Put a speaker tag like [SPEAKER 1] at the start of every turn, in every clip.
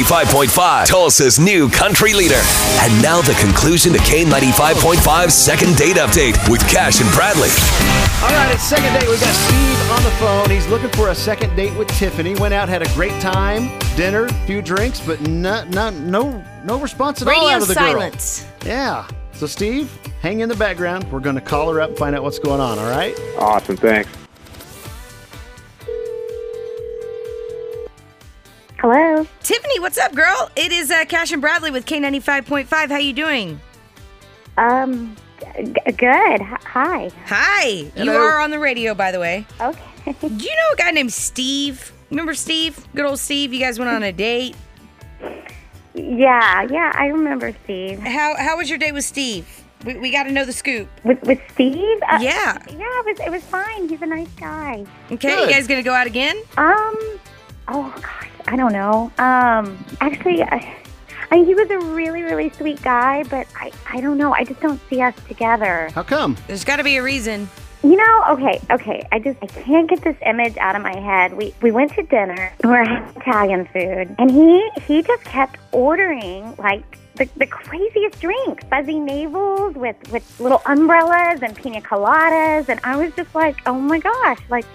[SPEAKER 1] K95.5, Tulsa's new country leader. And now the conclusion to K95.5's second date update with Cash and Bradley.
[SPEAKER 2] All right, it's second date. We got Steve on the phone. He's looking for a second date with Tiffany. Went out, had a great time, dinner, few drinks, but no, no, no, no response at all
[SPEAKER 3] Radio
[SPEAKER 2] out of the
[SPEAKER 3] silence.
[SPEAKER 2] girl. Yeah. So Steve, hang in the background. We're going to call her up and find out what's going on. All right.
[SPEAKER 4] Awesome, thanks.
[SPEAKER 5] Hello.
[SPEAKER 3] Tiffany, what's up, girl? It is uh, Cash and Bradley with K95.5. How you doing?
[SPEAKER 5] Um. G- g- good. H- Hi.
[SPEAKER 3] Hi. You
[SPEAKER 2] Hello.
[SPEAKER 3] are on the radio, by the way.
[SPEAKER 5] Okay.
[SPEAKER 3] Do you know a guy named Steve? Remember Steve? Good old Steve. You guys went on a date.
[SPEAKER 5] Yeah. Yeah. I remember Steve.
[SPEAKER 3] How how was your date with Steve? We, we got to know the scoop.
[SPEAKER 5] With with Steve. Uh,
[SPEAKER 3] Yeah.
[SPEAKER 5] Yeah. It was it was fine. He's a nice guy.
[SPEAKER 3] Okay,
[SPEAKER 2] Good.
[SPEAKER 3] you guys gonna go out again?
[SPEAKER 5] Um. Oh gosh. I don't know. Um. Actually, I, I mean, he was a really really sweet guy, but I I don't know. I just don't see us together.
[SPEAKER 2] How come?
[SPEAKER 3] There's got to be a reason.
[SPEAKER 5] You know, okay, okay. I just I can't get this image out of my head. We we went to dinner. We were having Italian food, and he he just kept ordering like the, the craziest drinks, fuzzy navels with with little umbrellas and pina coladas, and I was just like, oh my gosh, like.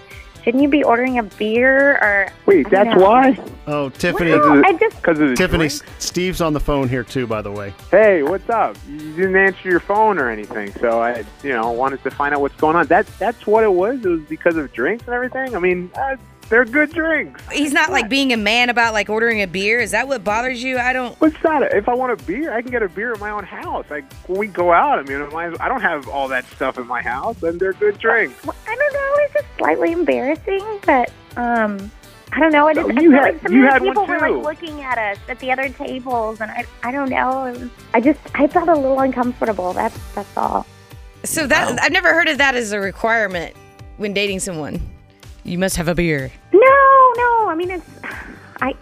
[SPEAKER 5] Shouldn't you be ordering a beer or?
[SPEAKER 4] Wait,
[SPEAKER 5] I don't
[SPEAKER 4] that's
[SPEAKER 5] know.
[SPEAKER 4] why?
[SPEAKER 2] Oh, Tiffany.
[SPEAKER 5] Wow, I just
[SPEAKER 4] Because of the
[SPEAKER 2] Tiffany, S-
[SPEAKER 4] drink?
[SPEAKER 2] Steve's on the phone here too, by the way.
[SPEAKER 4] Hey, what's up? You didn't answer your phone or anything, so I, you know, wanted to find out what's going on. That that's what it was. It was because of drinks and everything. I mean, uh, they're good drinks.
[SPEAKER 3] He's not like being a man about like ordering a beer. Is that what bothers you? I don't.
[SPEAKER 4] What's that? If I want a beer, I can get a beer at my own house. Like when we go out, I mean, I might as- I don't have all that stuff at my house, and they're good drinks.
[SPEAKER 5] well, I don't know. It's just slightly embarrassing, but um, I don't know. It is.
[SPEAKER 4] No,
[SPEAKER 5] I
[SPEAKER 4] Oh, you
[SPEAKER 5] feel
[SPEAKER 4] had-
[SPEAKER 5] like
[SPEAKER 4] you
[SPEAKER 5] sometimes
[SPEAKER 4] had one
[SPEAKER 5] people were
[SPEAKER 4] too.
[SPEAKER 5] like looking at us at the other tables, and I, I don't know. It was, I just, I felt a little uncomfortable. That's that's all.
[SPEAKER 3] So that I've never heard of that as a requirement when dating someone. You must have a beer.
[SPEAKER 5] No, no. I mean, it's I.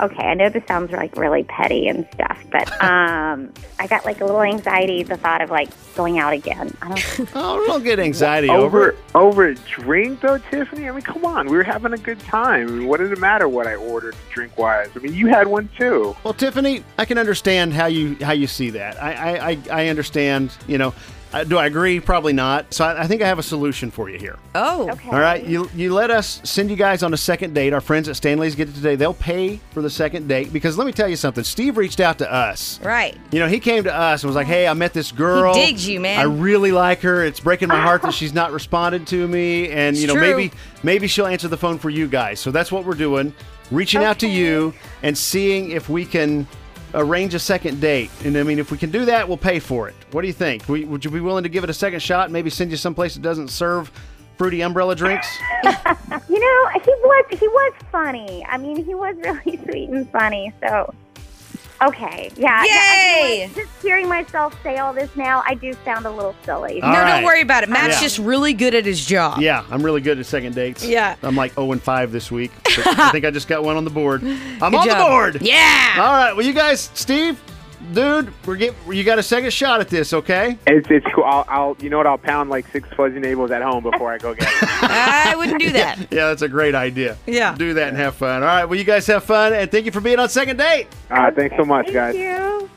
[SPEAKER 5] Okay, I know this sounds like really petty and stuff, but um, I got like a little anxiety the thought of like going out again. I don't.
[SPEAKER 2] Oh, don't get anxiety over.
[SPEAKER 4] Over
[SPEAKER 2] it.
[SPEAKER 4] over a drink though, Tiffany. I mean, come on, we were having a good time. I mean, what did it matter what I ordered drink wise? I mean, you had one too.
[SPEAKER 2] Well, Tiffany, I can understand how you how you see that. I I, I, I understand. You know, I, do I agree? Probably not. So I, I think I have a solution for you here.
[SPEAKER 3] Oh,
[SPEAKER 5] Okay.
[SPEAKER 2] All right, you you let us send you guys on a second date. Our friends at Stanley's get it today. They'll pay for the second date because let me tell you something. Steve reached out to us.
[SPEAKER 3] right.
[SPEAKER 2] You know, he came to us and was like, "Hey, I met this girl.
[SPEAKER 3] He digs you, man.
[SPEAKER 2] I really like her. It's breaking my heart that she's not responded to me. And you
[SPEAKER 3] It's
[SPEAKER 2] know,
[SPEAKER 3] true.
[SPEAKER 2] maybe maybe she'll answer the phone for you guys. So that's what we're doing, reaching out to you and seeing if we can arrange a second date. And I mean, if we can do that, we'll pay for it. What do you think? We, would you be willing to give it a second shot? Maybe send you someplace that doesn't serve fruity umbrella drinks.
[SPEAKER 5] You know, he was he was funny. I mean, he was really sweet and funny. So, okay, yeah. yeah, I do
[SPEAKER 3] Yay!
[SPEAKER 5] like- just hearing myself say all this now, I do sound a little silly.
[SPEAKER 2] All
[SPEAKER 3] no,
[SPEAKER 2] right.
[SPEAKER 3] don't worry about it. Matt's
[SPEAKER 2] Yeah.
[SPEAKER 3] just really good at his job.
[SPEAKER 2] Yeah, I'm really good at second dates.
[SPEAKER 3] Yeah.
[SPEAKER 2] I'm like 0 and 5 this week. but I think I just got one on the board. I'm
[SPEAKER 3] Good
[SPEAKER 2] on the
[SPEAKER 3] job.
[SPEAKER 2] board.
[SPEAKER 3] Yeah.
[SPEAKER 2] All right. Well, you guys, Steve, dude, we're get, you got a second shot at this, okay?
[SPEAKER 4] It's it's cool. I'll, I'll you know what? I'll pound like six fuzzy neighbors at home before I go get. It.
[SPEAKER 3] I wouldn't do that.
[SPEAKER 2] Yeah, that's a great idea.
[SPEAKER 3] Yeah.
[SPEAKER 2] Do that and have fun. All right. Well, you guys have fun, and thank you for being on second date.
[SPEAKER 4] All right, thanks so much,
[SPEAKER 5] Thank
[SPEAKER 4] guys.
[SPEAKER 5] you.